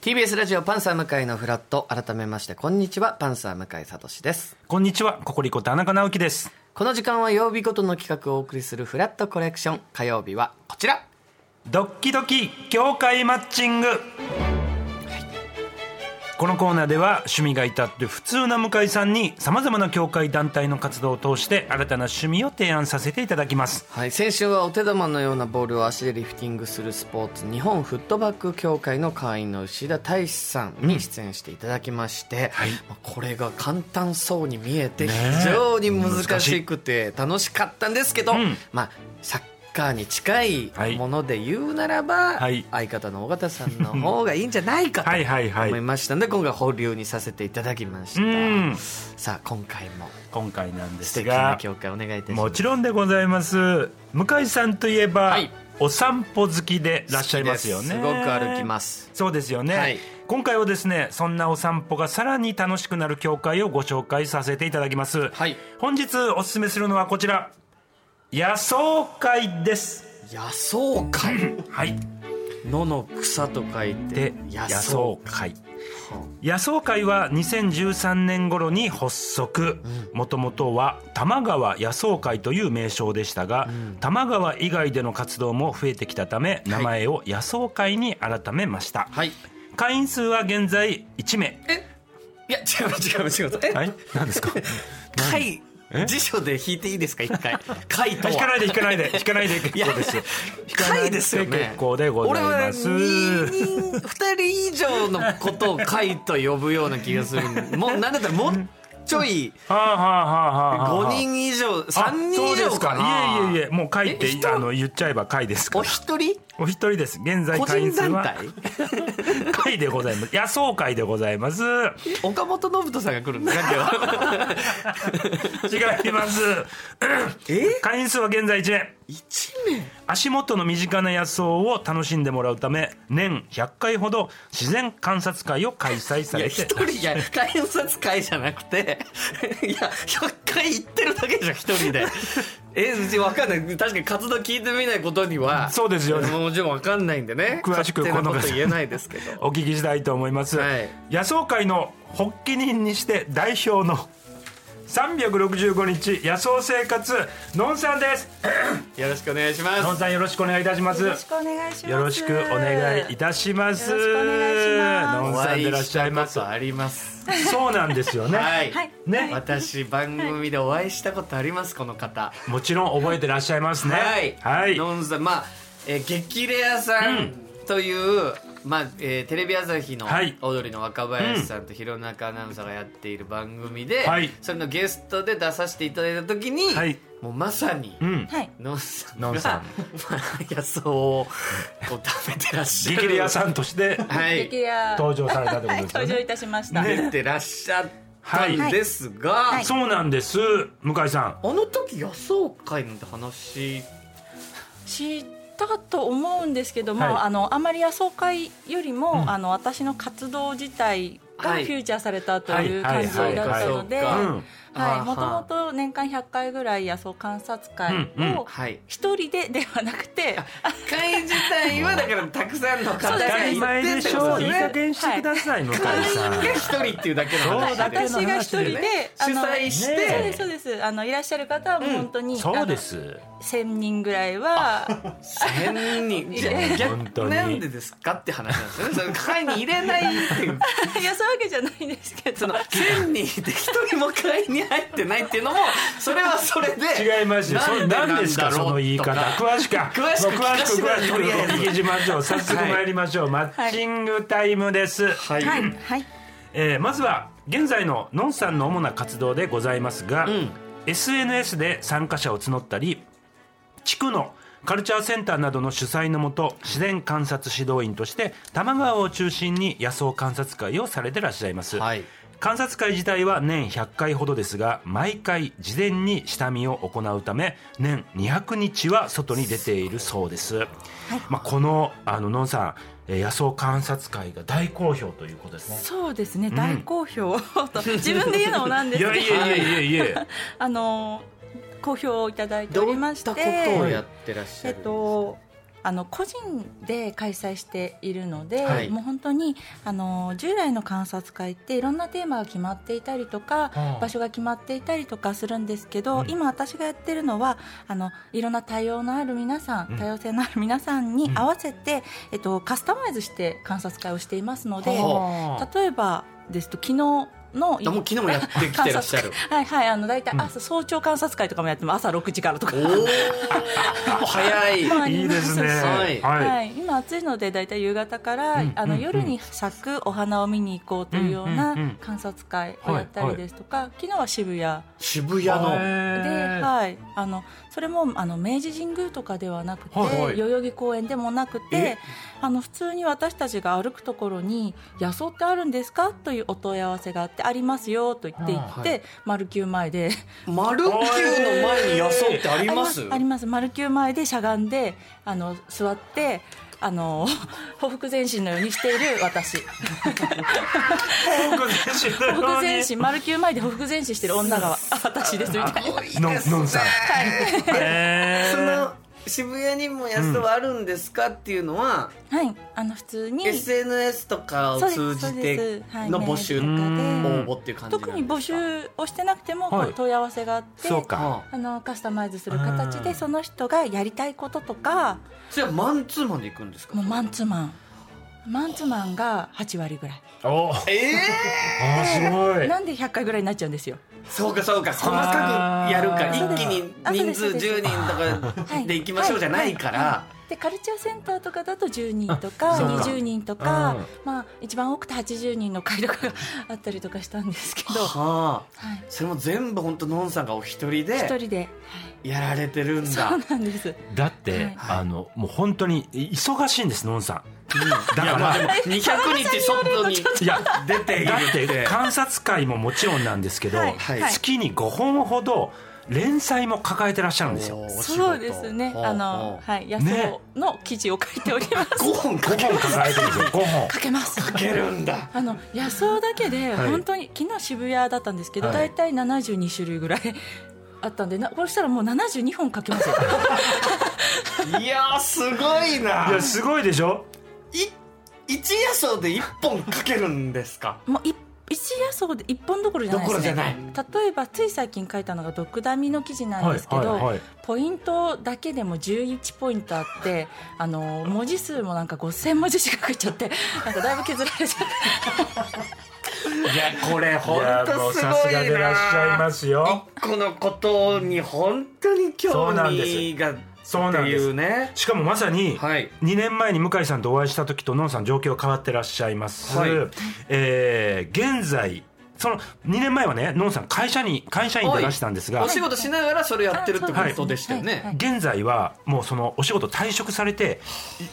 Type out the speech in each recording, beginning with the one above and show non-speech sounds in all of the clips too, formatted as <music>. TBS ラジオパンサー向井のフラット改めましてこんにちはパンサー向井聡ですこんにちは、ココリコ田中直樹です。この時間は曜日ごとの企画をお送りするフラットコレクション火曜日はこちらドッキドキ業界マッチング。このコーナーでは趣味が至って普通な向井さんにさまざまな協会団体の活動を通して新たな趣味を提案させていただきますはい、先週はお手玉のようなボールを足でリフティングするスポーツ日本フットバック協会の会員の牛田大志さんに出演していただきまして、まあこれが簡単そうに見えてね非え常に難しくて楽しかったんですけど、んまあ、サッカーに近はいいもので言うならば、はい相方の尾形さんの方がいいんじゃないかとはいはいはい思いましたので今回保留にさせていただきました。うんさあ今回も今回なんで素す敵なが協会お願いいたします。もちろんでございます向井さんといえば、はいお散歩好きでいらっしゃいますよね好きですすごく歩きますそうですよね、はい今回はですねそんなお散歩がさらに楽しくなる教会をご紹介させていただきます、はい本日おすすめするのはこちら野草会です野草会はい野の草と書いてで野野草草会野草会は2013年頃に発足もともとは多摩川野草会という名称でしたが、多摩川以外での活動も増えてきたため名前を野草会に改めました、はい会員数は現在1名いや違う違う違うえ、い何ですか貝辞書で引いていいですか一回貝とは <laughs> 引かないで引かないで引かないで結構です引かない貝ですよね結構でございます俺は2人以上のことを貝と呼ぶような気がするもうなんだったらもうちょいはあはあはあはあはあ5人以上3人以上かないえいえいえもう会えって人あの言っちゃえば会ですかおら一人お一人です現在個会員人数団は体会でございます野草会でございます岡本信人さんが来るんですか今日は違います <laughs> え会員数は現在1名一名足元の身近な野草を楽しんでもらうため年100回ほど自然観察会を開催さいやれ一て人いや観察会じゃなくて <laughs> いや100回行ってるだけじゃん一人でえ分かんない確かに活動聞いてみないことにはそうですよねもちろん分かんないんでね詳しく勝手なこのこと方言えないですけどお聞きしたいと思います、はい野草会の発起人にして代表の365日野草生活のんさんですよろしくお願いしのまんすさんよろしくお願いいたしますよろしくお願いします。よろしくお願いいたしますよろしくお願いしますのんおさん会いでいらっししゃたいこますとありますそうなんですよね、はい、はい。ね私番組でお会いしたことありますこの方もちろん覚えてらっしゃいますねはい、はいノンさんまあ、えー激レアさんという、まあえーテレビ朝日のはい踊りの若林さんと弘中アナウンサーがやっている番組で、はいそれのゲストで出させていただいた時に、はいもうまさに、うんはい。ノンさんノンがさんまあ野草をこう食べてらっしゃる激レアさんとしてはい激レア登場されたってことはいですよね登場いたしました。出てらっしゃったんですが、はいそうなんです向井さあの時野草会なんて話知ったと思うんですけども、はいあのあまり野草会よりも、んあの私の活動自体がはフいューチャーされたというはいは感いじだったので、はいん、はういんはあーい。もともと年間100回ぐらい野草観察会うんうんをはい一人でではなくて、会自体はだからたくさんの方そが当うですねたり前でしょう、そういいですね加減してください、向井さん会員が一人っていうだけの話そうだけで <laughs> 私すのが一人で、話あ主の催しねそうでてすそうです。あのいらっしゃる方はもう本当に、そうですあの1000人ぐらい <laughs> は千人じゃね逆本当になんでですかって話なんですよねその会に入れないっていういやそういうわけじゃないんですけどその千人で一人も会に入ってないっていうのもそれはそれで違いますよ。それなんで何ですかなんだろうその言い方。とか詳しく詳しく聞かせて詳しくとりあえ詳しずくお聞きしましょう。早速はい参りましょう。マッチングタイムです。はいはいはいえーまずは現在ののんさんの主な活動でございますが、ん SNS で参加者を募ったり地区のカルチャーセンターなどの主催のもと自然観察指導員として多摩川を中心に野草観察会をされてらっしゃいます、はい観察会自体は年100回ほどですが毎回事前に下見を行うため年200日は外に出ているそうです、まあ、このあののんさんえー野草観察会が大好評ということですねそうですね、大好評と自分で言うのもなんですいけどやいやいやいやいや。あの好評をいただいておどういりまっしてたことをやってらっしゃえっるとあの個人で開催しているので、はいもう本当にあの従来の観察会っていろんなテーマが決まっていたりとか、ああ場所が決まっていたりとかするんですけど、うん今私がやってるのはあのいろんな多様のある皆さん、うん多様性のある皆さんに合わせて、えっと、カスタマイズして観察会をしていますので、はあ例えばですと昨日のもあもう昨日もやってきてらっしゃるはいはい、あの大体ん朝、早朝観察会とかもやっても朝6時からとかお。お早いまあいいですね。はいは。はいい、今暑いので大体夕方から、うんあのうん夜に咲くお花を見に行こうというよううなんうんうん観察会をやったりですとか、昨日は渋谷渋谷あので、の。はい、あのそれもあの明治神宮とかではなくて、はいはい代々木公園でもなくえてあの普通に私たちが歩くところに「野草ってあるんですか?」というお問い合わせがあって「ありますよ」と言って行って、は丸球前で。丸球の前に野草ってありますあります丸球前でしゃがんであの座ってあの <laughs> ほふく前進のようにしている私僕自身のほふくよう前に進丸球前でほふく前進してる女が私ですみたいなののんさん。えそーの渋谷にも野草はあるんですかっていうのは、はいあの普通に SNS とかをそうです通じての募集そ応うですはいメ募ールとかでっていう感じなんですか特に募集をしてなくても、こうはい問い合わせがあってそうか。あああのカスタマイズする形うでんその人がやりたいこととかそれはマンツーマンで行くんですかもうマンツーマンマンツーマンが8割ぐらいお、あええーすごい。なんで100回ぐらいになっちゃうんですよそうかそうか細かくやるかあー一気に人数そうです10人とはかいで行きましょうじゃないから、はでカルチャーセンターとかだと10人とかあそうか20人とか、うんまあ、一番多くて80人の会とかがあったりとかしたんですけど、ははあい、それも全部本当のんさんがお一人一で人で、やられてるんだはい、そうなんですだって、はいあのもう本当に忙しいんですのんさん。だかまあらでも200日外 <laughs> にいや出ているだっってて観察会ももちろんなんですけど、はいはい月に5本ほど連載も抱えてらっしゃるんですよ。お仕事そうですねほうあの、ほはい、野ね草の記事を書いており <laughs> ます、う5本か5本抱えてるんですよ。5本。 <laughs> 書けますけるんだあの野草だけではい本当に、昨日渋谷だったんですけど、はい大体72種類ぐらいあったんでなこれしたらもう72本書けますよいやーすごいないやすごいでしょ。い一野草で一本かけるんですかもうい一野草で一本どころじゃないですねどころじ例えばつい最近書いたのが「毒ダミ」の記事なんですけど、い。ポイントだけでも11ポイントあってあの文字数もなんか5000文字近くいっちゃって <laughs> なんかだいぶ削られちゃっていやこれい本やも当うすごいさなすがでらっしゃいますよ。一個のことに本当に興そうなん味でがそうってなんいでうす。ねしかもまさに、はい2年前に向井さんとお会いした時とのんさん状況変わってらっしゃいます、はいえー現在その2年前はねのんさん会社に会社員でいらしたんですがお仕事しながらそれやってるってことでしたよはいはねい現在はもうそのお仕事退職されて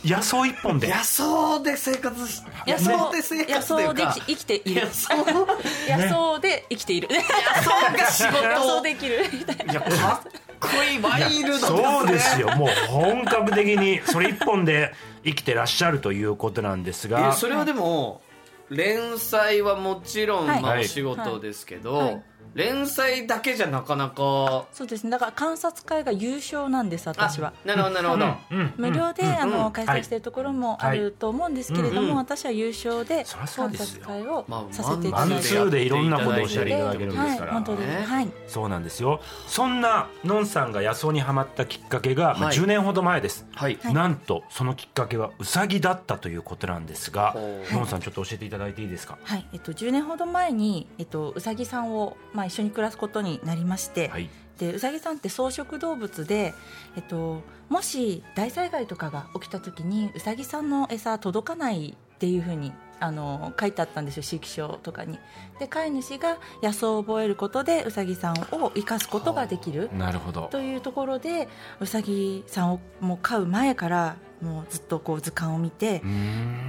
い野草一本で野草で生活し野野草草で生野活という草でか生きている野草野野草で生きている草が仕 <laughs> 野事草をで生きるみたいないやかっこいいワイルドですねそうですよもう本格的にそれ一本で生きてらっしゃるということなんですえがそれはでも連載はもちろん、はいまあ、はおい仕事ですけど、はい連載だけじゃなかなかそうですねだから観察会が優勝なんですあ私は。なるほどなるほど、うんうん無料で、うんあうんの開催しているところもあると思うんですけれどはいも、うん私は優勝でそりゃそう観です察よ会をまあさせていマただンいツて、ーでいろんなことをおっしゃりいただけるんですかはいら本当です、ねはいそうなんですよそんなのんさんが野草にはまったきっかけが、まあはい10年ほど前です、はい、はいなんとそのきっかけはウサギだったということなんですがほうのんさんちょっと教えていただいていいですかはいえっと、10年ほど前に、えっと、うさぎさんを、まあ、一緒に暮らすことになりまして、はいでうさぎさんって草食動物で、えっと、もし大災害とかが起きた時にうさぎさんの餌届かないっていうふうにあの書いてあったんですよ飼育書とかに。で飼い主が野草を覚えることでうさぎさんを生かすことができるなるほどというところでうさぎさんをもう飼う前からもうずっとこう図鑑を見て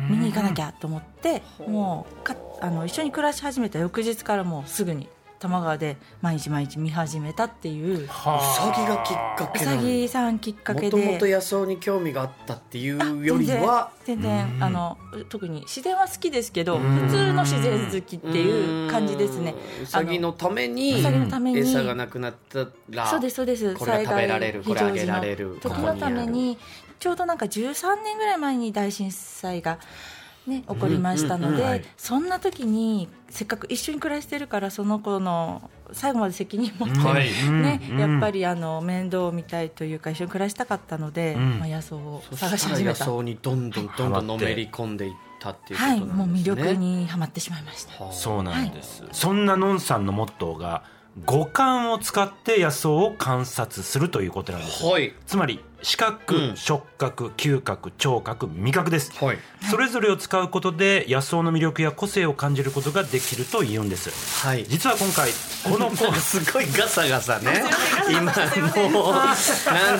見見に行かなきゃゃと思ってほうもうかあの一緒に暮らし始めた翌日からもうすぐに多摩川で毎日毎日見始めたっていううさぎがきっかうけさなのぎさんきっかもけでともと野草に興味があったっていうよりは全うん然あの特に自然は好きですけうどん普通の自然好きっていう感じですねうんうさぎのためうにさぎのために餌がなくなったらそうですそうですこれが食べられるこれあげられ非る常時の時のためにちょうどなんか13年ぐらい前に大震災が、ね、起こりましたので、うんうんうんはいそんな時にせっかく一緒に暮らしてるからその子の最後まで責任持って、はいねやっぱりりあの面倒を見たいというか一緒に暮らしたかったので、うんまあ、野草をそ探ししたら始め野た。草にどんどんどんどんのめり込んでいったっていうこはい、となもうんで魅すね、力にはまってしまいました。はあそうなんです、そんなのんさんのモットーが五感を使って野草を観察するということなんですはいつまり視覚、うん触覚嗅覚聴覚味覚ですはいそれぞれを使うことで野草の魅力や個性を感じることができるというんですはい実は今回このコースすごいガサガサね今もうなん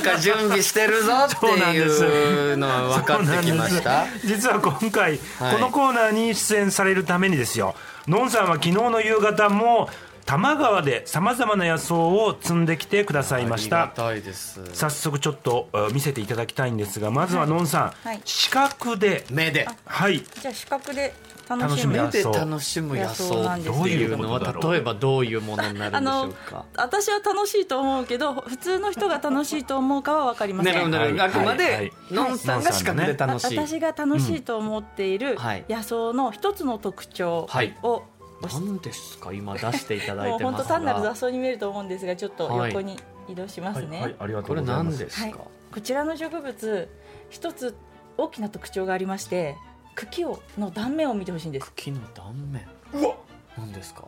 か準備してるぞっていうのは分かってきました実は今回、はいこのコーナーに出演されるためにですよのんさんは昨日の夕方も多摩川でさまざまな野草を摘んできてくださいましあたりがたいです早速ちょっとえー見せていただきたいんですがまずはのんさん、はい視覚で目ではいじゃあ視覚で楽楽ししむむや目で楽しむ野草っていうのどういうことだはろう例えばどういうものになるあんでしょのうか私は楽しいと思うけど普通の人が楽しいと思うかは分かりませなんるほどなるほどはあいくまはいはでいのんさんが視覚で楽しい私が楽しいと思っているはい野草の一つの特徴はいを、何ですか今出していただもいうて本ま当すが単なる雑草に見えると思うんですがちょっとはい横に移動しますね、はい、ありがとこうれございま何すですか、はいこちらの植物一つ大きな特徴がありまして茎をの断面を見てほしいんです茎の断面うわ何ですか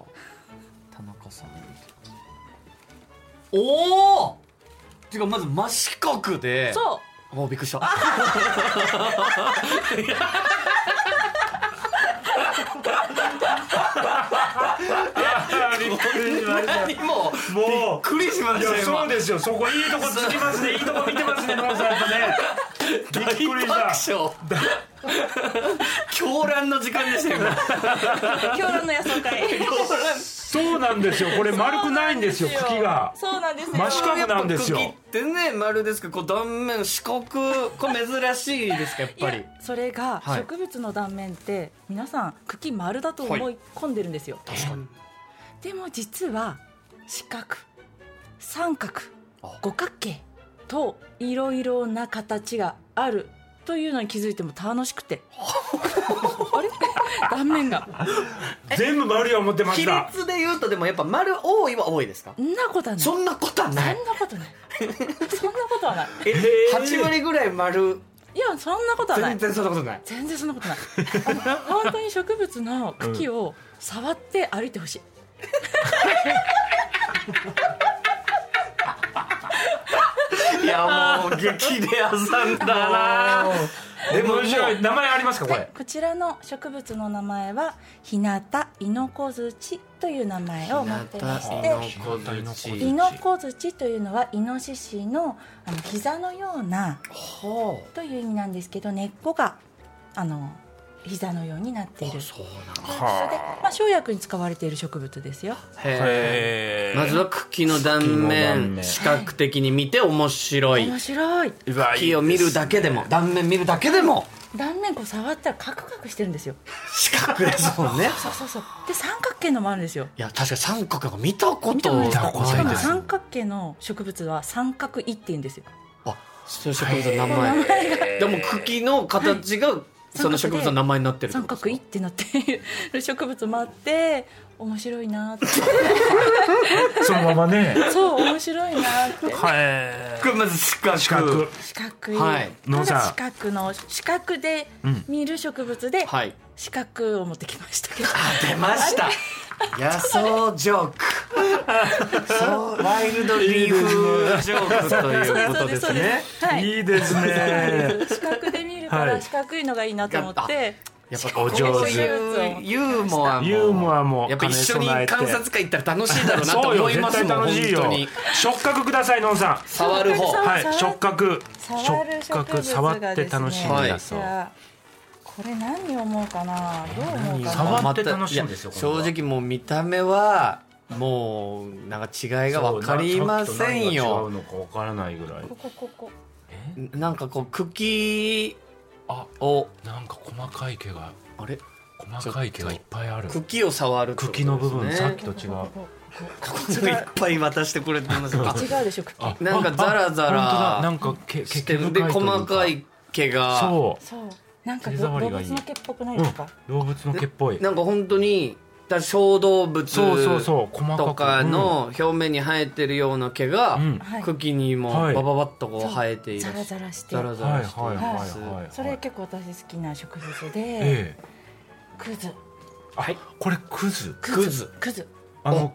田中さんおおてかまず真四角でそううびっくりした <laughs> あびっくりしました何もびもっくりしまういしたやそう今ですよそこいいとこつきますねいいとこ見てますねのんさんやっぱね <laughs> びっ大くり爆した笑狂乱の時間でしたよ今 <laughs> 狂乱の野草会そうなんですよこれ丸くないんですよ茎がそうなんですよ真四角なんですよやっぱ茎ってね丸ですけどこう断面四角これ珍しいですかやっぱいりやそれがはい植物の断面って、皆さん茎丸だと思い込んでるんですよ、確かにでも実は四角三角あ五角形といろいろな形があるというのに気づいても楽し <laughs> くてあれ断面が全部丸い思ってま比した率で言うとでもやっぱ丸多いは多いですかんなことはないそそんんなことはないなことないそんなことはないえへー8割ぐらい丸いやそんなことはない全然そんなことない全然そんなことないあの本当に植物の茎を触って歩いてほしい、いや <laughs> もう激レアさんだなでも面白い名前ありますかこれこちらの植物の名前は日向イノコズチという名前を持ってましてイノコズチというのはイノシシのあの膝のようなはという意味なんですけど根っこがあの膝のようになっているそうなそれで、まあ、生薬に使われている植物ですよのへへえーまずは茎の断茎の断面面視覚的に見て面白い面白いうわ茎を見るだけでも断面見るだけでも断面こう触ったらカクカクしてるんですよ視覚ですもんねそうそうそうで三角形のもあるんですよいや確かに三角が見たこ見たことなとないです見たことしかいもです三角形の植物は三角一って言うんですよあそういう植物の名前でも茎の形がその植物の名前になってるって三こと角一ってなっている <laughs> 植物もあって面白いなって <laughs> そのままねそう面白いなってはいこれまず四角四角四角い、はい野たさんだ四角の四角でうん見る植物ではい四角を持ってきました <laughs> けど、出ました野草ジョークそうワイルドリーフジョークということですねはいいいですね四角で見るかはいら四角いのがいいなと思って、やっぱお上手こういうユーモアもユーモアもやっぱ一緒に兼ね備えて観察会行ったら楽しいだろうなとそうよ思い絶ます対もん楽本しいよ当に触覚くださいのんさん触る方触はるい、触覚触触る植覚物触っがてです楽しね、むはいだじそうゃあこれ何を思うかなどう思うかな触って楽しいんですよいや今度は正直もう見た目はもうなんか違いが分かりませんそうよなちょっと何が違うのか分からないぐらいここここえなんかこう茎あをなんか細かい毛があれ細かい毛がいっぱいある茎を触るってことです茎ねの部分さっきとこ違うここここっちがいっぱい渡してくれてますこがこ違うでしょ茎あなんかザラザラああ本当だなんか毛毛してる毛で深いという細かい毛がそそうなんか手ど触動り物がいいの毛っぽくないですか、う動物の毛っぽいなんか本当にだ小動物そうそうそう細かくとかの表面に生えてるような毛が、うんはい茎にもはバいババッとこうそう生えていザるラザラしてザラザラしています、はいはいはいそれ結構私好きな植物で、ええクズはいこれクズクズクズあの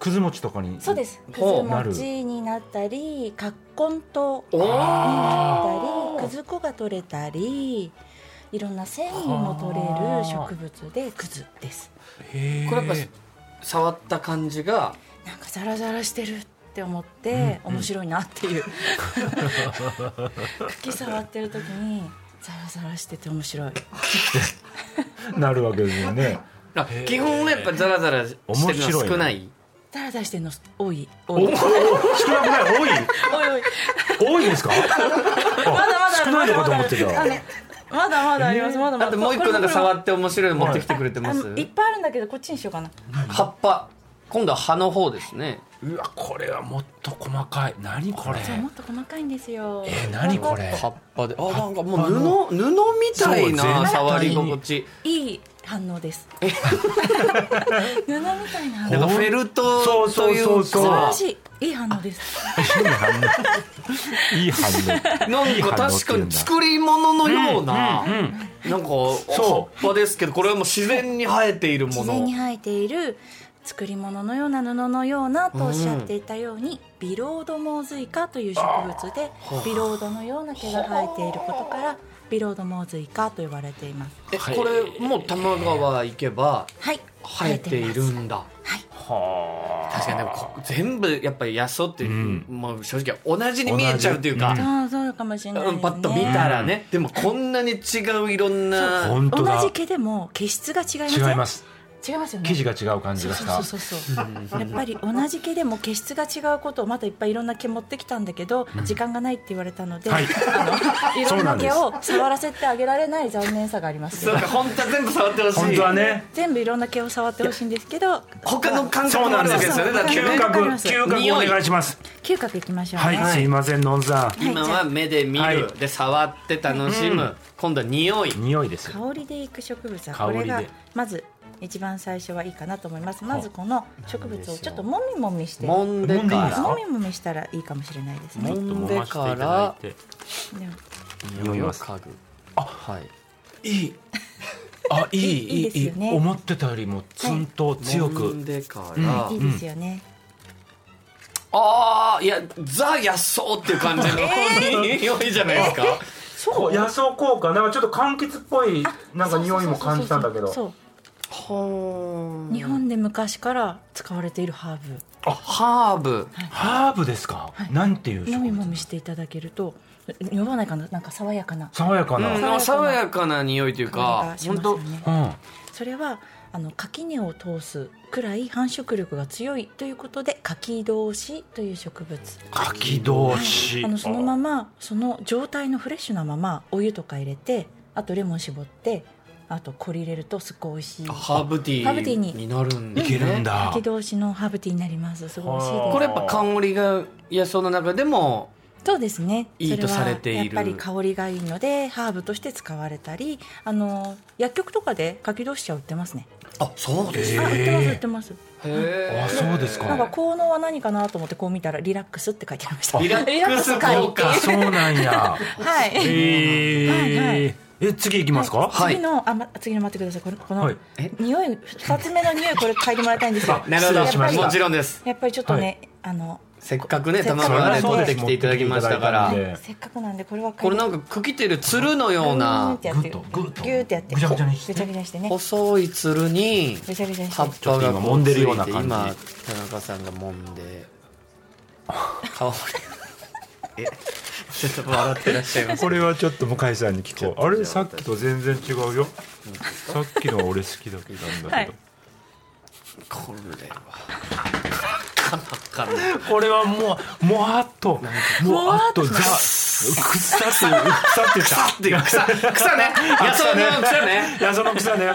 くず餅とかにそうですくずほうなる餅になったりカッコンとおーあなったりーくず粉が取れたりいろんな繊維も取れる植物でくずですへえこれやっぱ触った感じがなんかザラザラしてるって思って、うんうん面白いなっ <laughs> ていう茎触ってる時にザラザラしてて面白いなるわけですよねあへー基本はやっぱザラザラしてるのは少ないザラザラしてるの多いお多おい少なくない多いおいおい多いですかまだまだ少ないのかと思ってたあのまだまだありますまだまだあともう一個なんか触ってって面白いの持ってきてくれてます、いっぱいあるんだけどこっちにしようかな葉っぱ今度は葉の方ですねうわこれはもっと細かい何これそうもっと細かいんですよえー何これ葉っぱであ葉っぱなんかものう布布みたいそう全な体触り心地いい反応です <laughs> 布みたいななんかフェルトといそううかそう素晴らそしいいい反応ですいい反応なんか確かに作り物のような、うんうんなんか葉そっぱですけどこれはもう自然に生えているも自の然に生えている作り物のような布のようなとおっしゃっていたように、ビロードモウズイカという植物でビロードのような毛が生えていることからビロードモウズイカと呼ばれていますえこれもう多摩川行けばはい生えているんだは確かにでもこ全部やっぱり野草って、んもう正直同じに見えちゃうというか、ああそうかもしれない、ねうんパッと見たらね、でもこんなに違ういろんあな本同当だじ毛でも毛質が違いません違います違いますよね生地が違う感じそうがしたそうそうそうそうやっぱり同じ毛でも毛質が違うことをまたいっぱいいろんな毛持ってきたんだけど、時間がないって言われたので、はいあのいそろうんななんで毛すを触らせてあげられない残念さがありますそうか本当は全部触ってほしい本当はね全部いろんな毛を触ってほしいんですけど他の感そ覚もうなあんるわでけすですよねだからね嗅わ覚かります嗅覚お願いします嗅覚いきましょうね、はい、すいませんのんざん今は目で見る、はいで触って楽しむ、今度は匂い、匂いですよ香りでいく植物は香こりでれがまず一番最初はいいかなと思いますまずこの植物をちょっともみもみしてももんで揉んでいいかですらかみもみしたらいいかもしれないですちねょっと揉んでからていただいてでは匂い匂いまをす嗅ぐあはいいいあいいいいいいですよね思ってたよりもツンと強く、揉んでから、いいですよね、ああいやザ野草っていう感じの、匂いじゃないですかこう野草効果なんかちょっと柑橘っぽいなんか匂いも感じたんだけそうそうそうそうどそうは日本で昔から使われているハーあハーブハーブですか、はいなんていうブ植もみも物みしていただけると呼ばないかななんか爽やかな爽やかな、ううんんまあ爽やかな匂いという香かりがしま本すよ当ねあそれはあの垣根を通すくらい繁殖力が強いということで柿同士という植物柿同士あのそのままその状態のフレッシュなままお湯とか入れてあとレモン絞ってあと氷入れるとすっごい美味しいハーブティハーブティーーにになるんいですねけるんだ、柿同士のハーブティーになりますすごい美味しいですこれやっぱ香りが野草の中でもそうですね。いいとそはされているやっぱり香りがいいのでハーブとして使われたり、あの薬局とかで柿同士茶売ってますね。あそうですへへーあ売ってます売ってます。えあそうですなんかか効能は何かなと思ってこう見たらリラックスって書いてありました。リラックス効果あそうなんやはえい。ーはいはいえ次行きますか、はい次のあま次の待ってください。このこの、はいえ匂い二つ目の匂いこれ嗅いでもらいたいんですよあ。なるほど失礼しましたもちろんですやっぱりちょっとね、あのせっかくねせっかく玉川でそう取っですてきていただきましたか持ってきていただいたんでらええせっかくなんでこれは嗅いでこれなんか茎てるつるのようなぐーってやってぐっとぐっとぎゅーってやってぐちゃぐちゃにしてぐちゃぐちゃにしてね。細いつるにぐちゃぐちゃにして葉っ。ぱがこちょっと今揉んでるようなついて感じ今田中さんが揉んで香り <laughs> えちょっと笑ってらっしゃいますこれはちょっと向井さんに聞こうあれさっきと全然違うよさっきのは俺好きだけなんだけど、はいこれはかんないこれはもうもわっともわっとザ草って草って言っ草 <laughs> 草ね野草の草ねた。いやその草ね。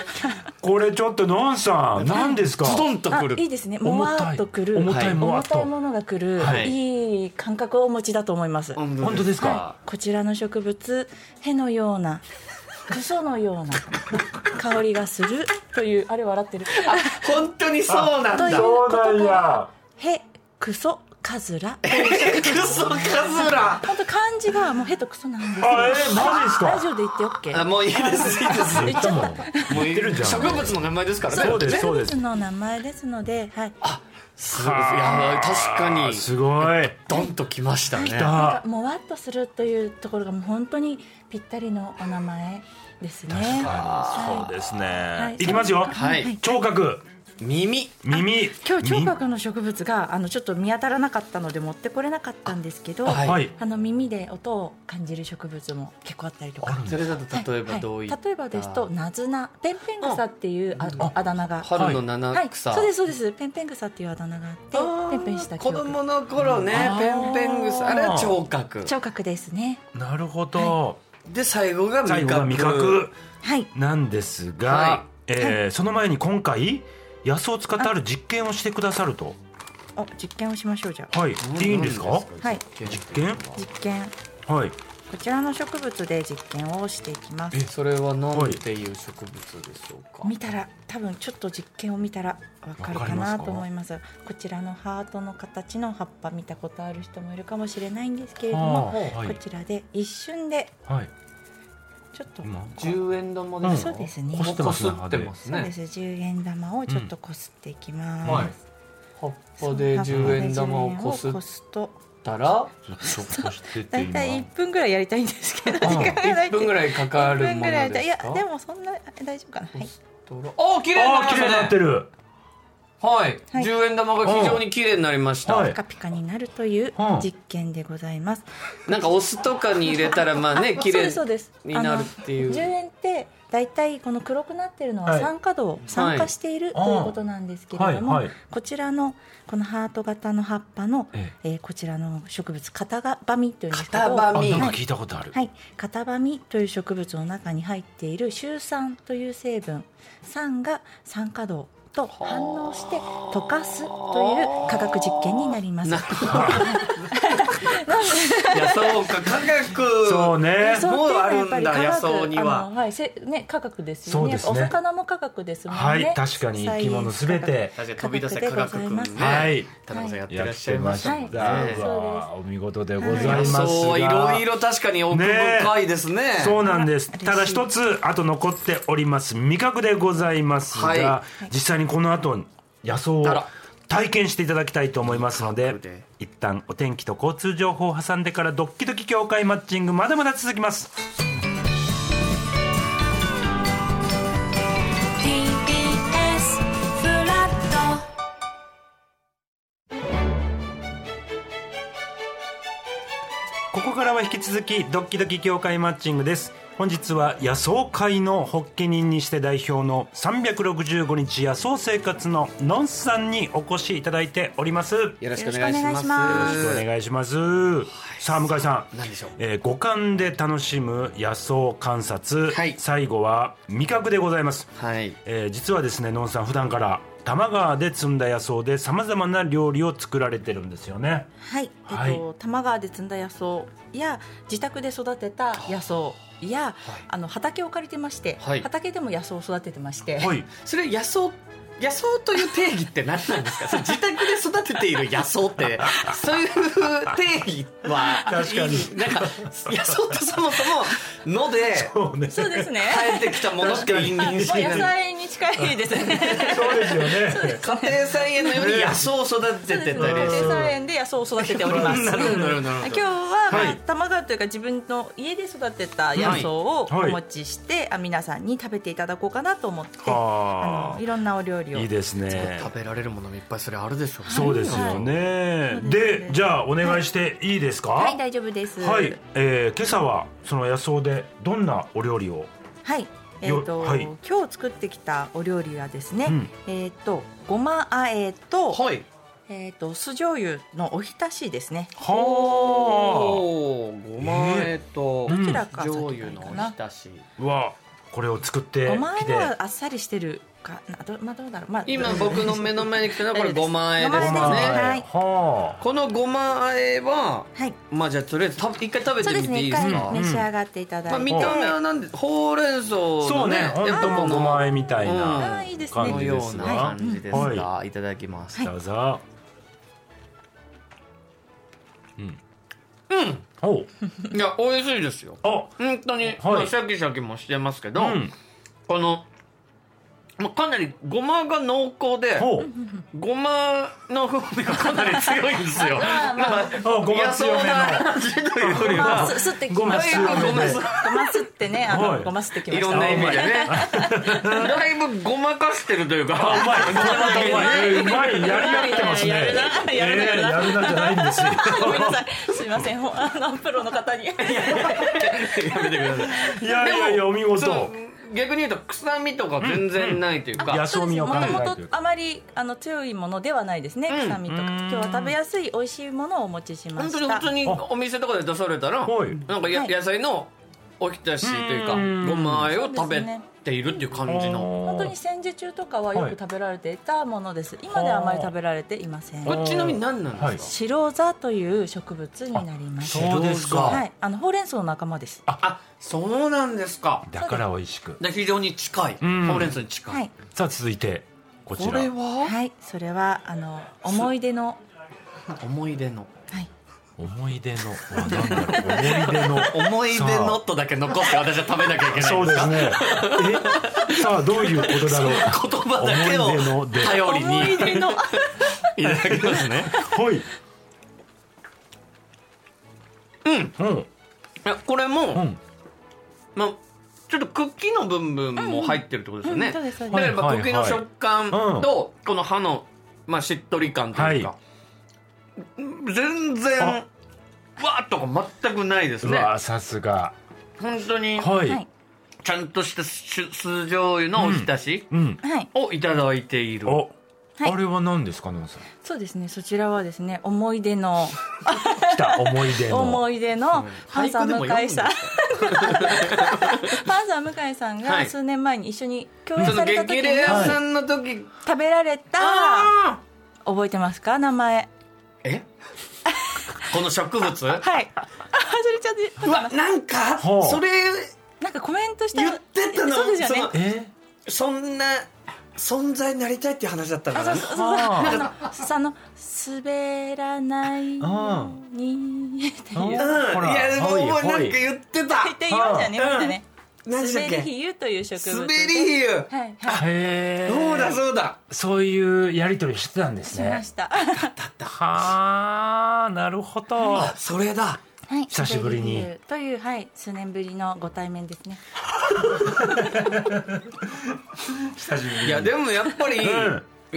これちょっとのんさん何ですか。ズドンとあくるいいですねも重たいわっとくる重たいはいもわっ重とたいものがくる、はいい、い感覚をお持ちだと思います、本本当ですか。こちらの植物へのよう <laughs> なクソのような香りがするというあれ笑ってる本当にそうなんあだとそうなんや。へクソカズラクソカズラ本当漢字がもうへとクソなんですよあえーマジですラかジ。オで言って OK あもういいですいいです言ったもん。もういいってるじゃん植物の名前ですからねそうですねそうです。の名前ですので、はい、すごいですいや確かあーにすごい。ドンときましたねたなんかもわっとするというところがもう本当にぴったりのお名前ですね。あそうですはいね。いきますよ。はい聴覚耳耳今日聴耳覚の植物があのちょっと見当たらなかったので持ってこれなかったんですけど、はあはい。の耳で音を感じる植物も結構あったりとあか。それだと例えばどういはい例えばですとナズナペンペン草っていうあああだ名が春の七草、はい、そうですそうですペンペン草っていうあだ名があってあーペンペンした記子憶供の頃ねあペーンペングスあれは聴覚聴覚ですねなるほど。で最後が味最覚後が味覚はいなんですが、はいえーその前に今回野草を使ってある実験をしてくださると。お実験をしましょうじゃあはい。いいんですか。はい実験実験はい。こちらの植物で実験をしていきますえそれは何ていう植物でしょうか、見たら多分ちょっと実験を見たらわかるわかかりますなかと思いますこちらのハートの形の葉っぱ見たことある人もいるかもしれないんですけれども、はこちらで一瞬ではい。ちょっと今10円玉ですか、うんそうですねこすってますねここすっすてってまますすそうねです10円玉をちょっとこすっていきます、うんはい葉っぱで10円玉をこすっこすとたらそこしてて大今。体1分ぐらいやりたいんですけどうん時間がない1分ぐらいかかる1分もぐらのいやりたいいですやかでもそんな大丈夫かなはいおお綺麗になりあまあし綺麗にたなねってる。はい、はい10円玉が非常に綺麗になりました、はいピカピカになるといううん実験でございます。なんかお酢とかに入れたらまあね綺そう麗ですそうです。になるっていうあの10円ってだいたいこの黒くなってるのははい酸化銅、酸化しているあーということなんですけはれいども、はい。こちらのこのハート型の葉っぱの、ええーこちらの植物カタバミというんですけ型ど、え。番あ網なんか聞いたことある。はい、カタバミという植物の中に入っているシュウ酸という成分酸が酸化銅と反応して溶かすという化学実験になります。ななるほどいやそうか科学そうね。そうもうあるんだっていうのはやっぱり科学野草にはあのはい、せね科学ですそようね。ですねお魚も科学ですもんね。はい確かに生き物すべて。確かに飛び出せ科学くんねはいはい田中さんやってやらっっしゃいてままししたた。ねはいねわあお見事でございはいますが。そういろいろ確かに奥深いですねそうなんです。嬉しいただ一つあと残っております味覚でございますが、は実際にこの後野草をあら体験していただきたいと思いますので味覚で一旦お天気と交通情報を挟んでからドッキドキ協会マッチングまだまだ続きます TBS フラットここからは引き続きドッキドキ協会マッチングです本日は野草会の発起人にして代表の365日野草生活ののんさんにお越しいただいておりますよよろしくお願いしよろましくすろしくおお願いし願いします、さあ向井さん何でしょうえー五感で楽しむ野草観察、はい最後は味覚でございます、はいえー実はですねのんさん普段から多摩川で摘んだ野草でさまざまな料理を作られてるんですよねはい、はいえっと、多摩川で摘んだ野草や自宅で育てた野草や、あの畑を借りてまして、はい畑でも野草を育ててまして、はいそれ野草野草という定義って何なんですかそれ自宅で育てている野草ってそういう定義は確かになんか野草ってそもそもので <laughs> そうねそうですね。生えてきたものっていう認まあ識な野んで菜に近いですね。そうですよね家庭菜園のように野草を育ててたり家庭する菜園で野草を育てております。なるほどなるほどなるほ今ど日は、まあはい多摩川というか自分の家で育てた野草をはいはいお持ちして、あ皆さんに食べていただこうかなと思って、はあ <laughs> あのいろんなお料理をいいですね食べられるものもいっぱいそれあるでしょうねそうですよね、はいでじゃあお願いしていいですかはい大丈夫です。はいえー今朝はその野草でどんなお料理をはい。えっ、と、はい今日作ってきたお料理はですね、うんえっ、とごまあえと、はいえっ、と酢醤油のおひたしですね。はおーごまあえとうんどちらか醤先油がいいのかおなひ。たしあ。うわ、これを作ってごまあきえて。はあっさりしてるかな。どまあどうだろう。まあ今僕の目の前に来たのはこれごまあえでごすまああえねはいはこのごまあえははい。まあじゃあとりあえずた一回食べそうでてみすてね。いい一です回か召し上がっていただいまて。あ見た目はなんでほうれん草あ。のそうね、本やっ当ぱもこごのまあえみたいうんなあーいいですこ感のじね。よですうなわ。感じですはいがいただきますどうぞ。うん。うんおう。いや美味しいですよあ。本当にまあシャキシャキもしてますけうどん。このまあかなりごまが濃厚でおう。ごまの風 <laughs> 味がかなり強いんですよ。まあまあまあおごま野草強めの。な味というよりまはあ、す吸ってきごまま吸いした。ごまごま吸いごま吸ってね、はあいの、ごま吸ってきまいしろた。んな意味でね <laughs> だいぶごまかしてるというあうかまい。ごまとうまい。うまい。やり合ってますね。やるなやるなええやるなじゃないんですよ。ごめんなさい。すいません。ほんあの、プロの方に。やめてくださいいやいやいやお見事そ。の逆に言うと臭みとか全然ないというか、うんうん野草味を感じないともといもうとあまりあの強いものではないですね、うん臭みとかうん今日は食べやすい美味しいものをお持ちしま本した当に普通にお店とかで出されたらはいなんかや、はい野菜のおひたしというかうんごまあえをそ食うでべすねているっていう感じの本当に戦時中とかはよはいく食べられていたものです、今ではあまり食べられていませんこあれちなみに何なんはいです白座という植物になりますそうですか。はい、あのほうれん草の仲間ですか、あそうなんですかだから美味しく。で非常に近い、うんほうれん草に近い、はい、さあ続いてこちこれら。ははい、それはあの思い出の、思い出のはい、思い出のうわなんだろう思い出の。思い出のとだけ残して私は食べなきゃいけないんそうでですすかね。えさあどういうことだろう。言葉だけ思い出をので頼り思にい出のいただきますねはい。うん。いや <laughs> これも、うん。まあちょっと茎の部分も入ってるってことですよね、うんうんそうですそうだでからやすっぱはい茎の食感とこの歯の、まあ、しっとり感というか、は全然あわーっとか全くないですうねわさすが。本当にはい。ちゃんとした酢酢醤油のおひたしうん。はい、をいただいている、お。はいあれは何ですか、のんさん。そうですねそちらはですね思い出の来た思い出の。思い出のパンサー向井さん俳句でも読むんですかパンサー向井さんはいが数年前に一緒に共演そさのれた時激にレアさんの時、食べられたあ覚えてますか名前ーえこの植物はいあそれちゃんとうわなんかほうそれなんかコメントした言ってたのそうですよねそのえ。そんな存在になりたいっていう話だったからあそうなそうそうはあのあの滑らないようにってあ。いううんうんほ言っいやらでほいもなんかほい言ってたていましたよあね言いましたね何でしたっ滑りけ比喩という植物滑でり比喩はいはいへえ。そうだそうだそういうやりとりしてたんですしねま。したはあ、なるほど。あそれだはい、久しぶりに滑り比喩というはい数年ぶりのご対面ですね久しぶりいやでもやっぱり、んい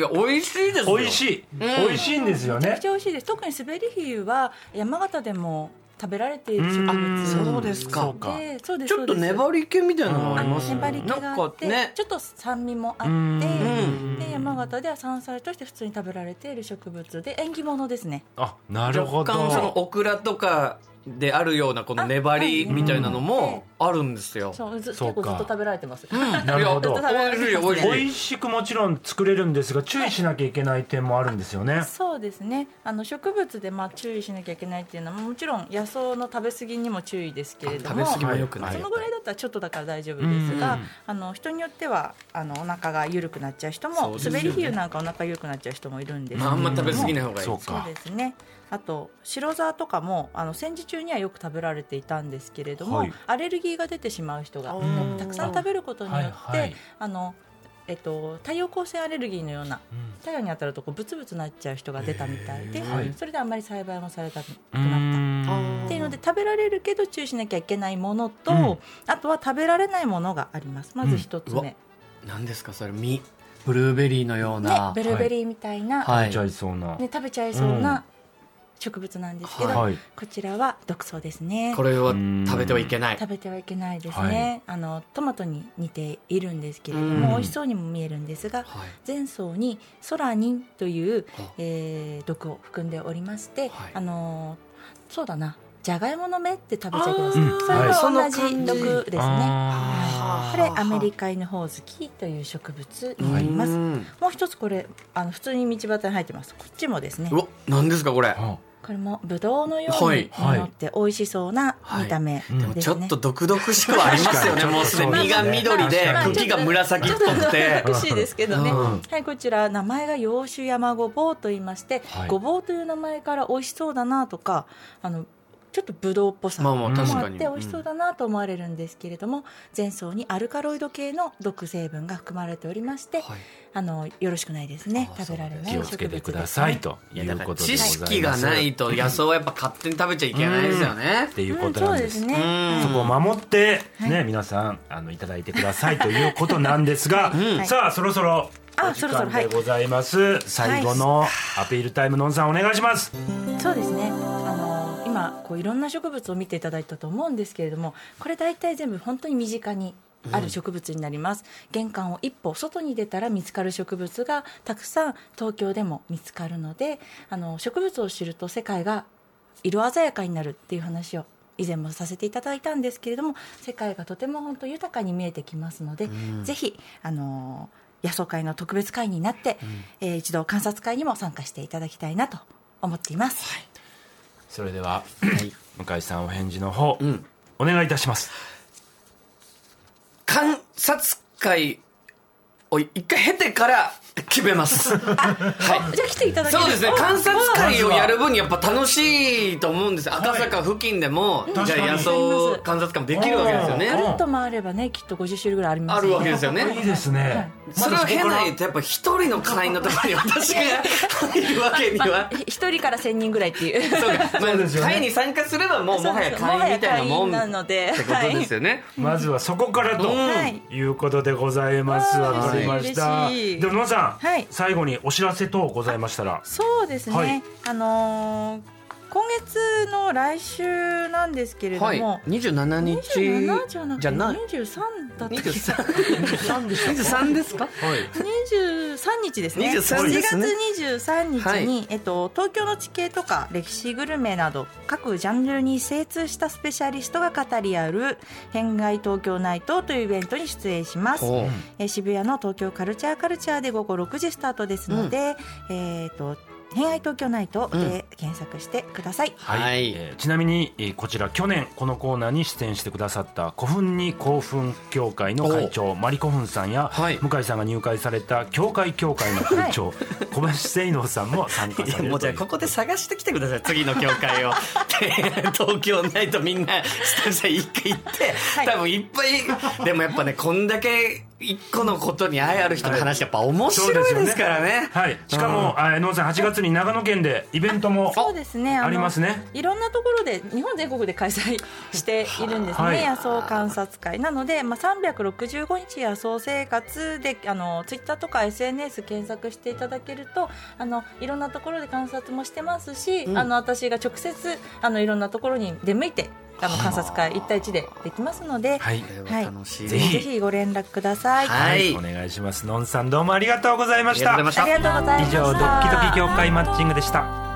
や美味しいですよ美味しいい、美味しいんですよめちゃねくち。ゃ美味しいです特に滑り比喩は山形でも食べられている植う物んそうですかそうか。でそうですちょっとり粘り気みたいなのがありますよ粘り気があって、なんかねちょっと酸味もあっうて、んで山形では山菜として普通に食べられている植物で縁起物ですねあ、なるほ若ど。干そのオクラとかであるようなこの粘りみたいなのもあるんですよ、そうずそう結か構ずっと食べられてます、なるほどいや美味しいよ美味しい美味しくもちろん作れるんですが、注意しなきゃいけない点もあるんですよね。 <laughs> そうですねあの植物でまあ注意しなきゃいけないっていうのはもちろん野草の食べ過ぎにも注意ですけれど食べも過ぎも良くない、そのぐらいだったらちょっとだから大丈夫ですが、うんあの人によってはあのお腹が緩くなっちゃう人そうもですよね滑り比喩なんかお腹緩くなっちゃう人もいるんですけれまあ、あどんもま食べ過ぎない方がいいそうそうか。ですねあと白沢とかもあの戦時中にはよく食べられていたんですけれども、はいアレルギーが出てしまう人がうんたくさん食べることによって、はいはいあのえっと、太陽光線アレルギーのようなうん太陽に当たるとこうブツブツなっちゃう人が出たみたいで、へーはいそれであんまり栽培もされたくうなった。んっていうので食べられるけど注意しなきゃいけないものと、うんあとは食べられないものがありますまず一つうんうわ目、何ですかそれ実ブルーベリーのようねな、ベルベリーみたいな、はいちゃいそうな。ね、食べちゃいそうな植物なんですけど、はいこちらは毒草ですねこれは食べてはいけない食べてはいけないですね、あのトマトに似ているんですけれどうんも美味しそうにも見えるんですがはい前層にソラニンというあ、えー毒を含んでおりましはて、いあのーそうだなじゃがいもの芽って食べちゃいけないですねあーそれそとの同感じじ毒ですねあこーれアメリカイヌホオズキという植物になります、うんもう一つこれあの普通に道端に生えてますこっちもですねうわ何ですかこれはこれもブドウのようはにい実って美味しそうな見た目ですいね、でもちょっと毒々しくはありますよね確かにもうすでに実が緑で確かに茎が紫っぽくて美味しいですけどね、うんはい、こちら名前が洋酒山ごぼうと言いまして、はいごぼうという名前から美味しそうだなとかあのちょっとブドウっぽさまあまあもうん確あかっにて美味しそうだなと思われるんですけれども前奏にアルカロイド系の毒成分が含まれておりまして、はいあのよろしくないですねあ食べられない気をつけてくださいといいやうだこかとらでございます知識がないと野草はやっぱ勝手に食べちゃいけないですよねっ。ていううこんとそなうんでですすね、うんそこを守って、ね、は皆さん、あの、いただいてくださいと <laughs> いうことなんですが、うんさあ、そろそろ。あお時そろそ間ろはいでございます。最後のアピールタイム、のんさん、お願いします。そうですね。あの今こういろんな植物を見ていただいたと思うんですけれども、これ大体全部本当に身近に。ある植物になります、玄関を一歩外に出たら見つかる植物がたくさん東京でも見つかるのであの植物を知ると世界が色鮮やかになるっていう話を以前もさせていただいたんですけれども世界がとても本当豊かに見えてきますので、ぜひあの野草会の特別会になって、えー一度観察会にも参加していただきたいなと思っています。それでは、向井さん、お返事の方、んお願いいたします。観察会を一回経てから決め <laughs> ます。はい。じゃあ来ていただけるそうですねお観察会をやる分やっぱ楽しいと思うんです赤坂付近でも、いじゃあ野確草かに観察会もできるわけですようぐねんるっと回ればねきっと50種類ぐらいありますあるわけですよいねいですね。それを経ないとやっぱ一人の会員のところに私が入るわけにはひ <laughs> 一人から1000人ぐらいっていう <laughs> そうか、まあそうですよね会に参加すればもうもはやそうそうもは会員やみたいなもん会員っの <laughs> でてことですよね、まずはそこからと。うんはいいうことでございます。わあわかりました。嬉しいでも、のんさん、はい最後にお知らせ等ございましたら。そうですね、はいあのー今月の来週なんですけれども、はい27日27じゃなくじてゃない23だったっけ23でですか23日ですね23ですね7月23日に、はいえっと、東京の地形とか歴史グルメなど各ジャンルに精通したスペシャリストが語り合う「変外東京ナイト」というイベントに出演します。おうえー渋谷の東京カルチャーカルチャーで午後6時スタートですので、えっと「偏愛東京ナイト」で検索してください。はいえーちなみに、えーこちら去年このコーナーに出演してくださった古墳に興奮協会の会長マリコフンさんや、はい向井さんが入会された協会協会の会長、 <laughs> 小林聖能さんも参加いやされもうるじとゃいあうここで探してきてください次の教会 <laughs> を東京ないとみんなスタッフさん一回行って、はい多分いっぱいでもやっぱねこんだけ一個のことに愛ある人の話やっぱ面白いですからねはい、しかも、えーのんさん8月に長野県でイベントもそうですねのありますねいろんなところで日本全国で開催しているんですね、はい野草観察会なので、まあ、365日野草生活であのツイッターとか SNS 検索していただけるとあのいろんなところで観察もしてますし、うんあの私が直接あのいろんなところに出向いてあの観察会1対1でできますので、はいこれは楽しい、ぜぜひひご連絡ください。はいお願いしますのんさんどうもありがとうございましあたりがとうございましたありがとうございま以した上ドッキドキ協会マッチングでした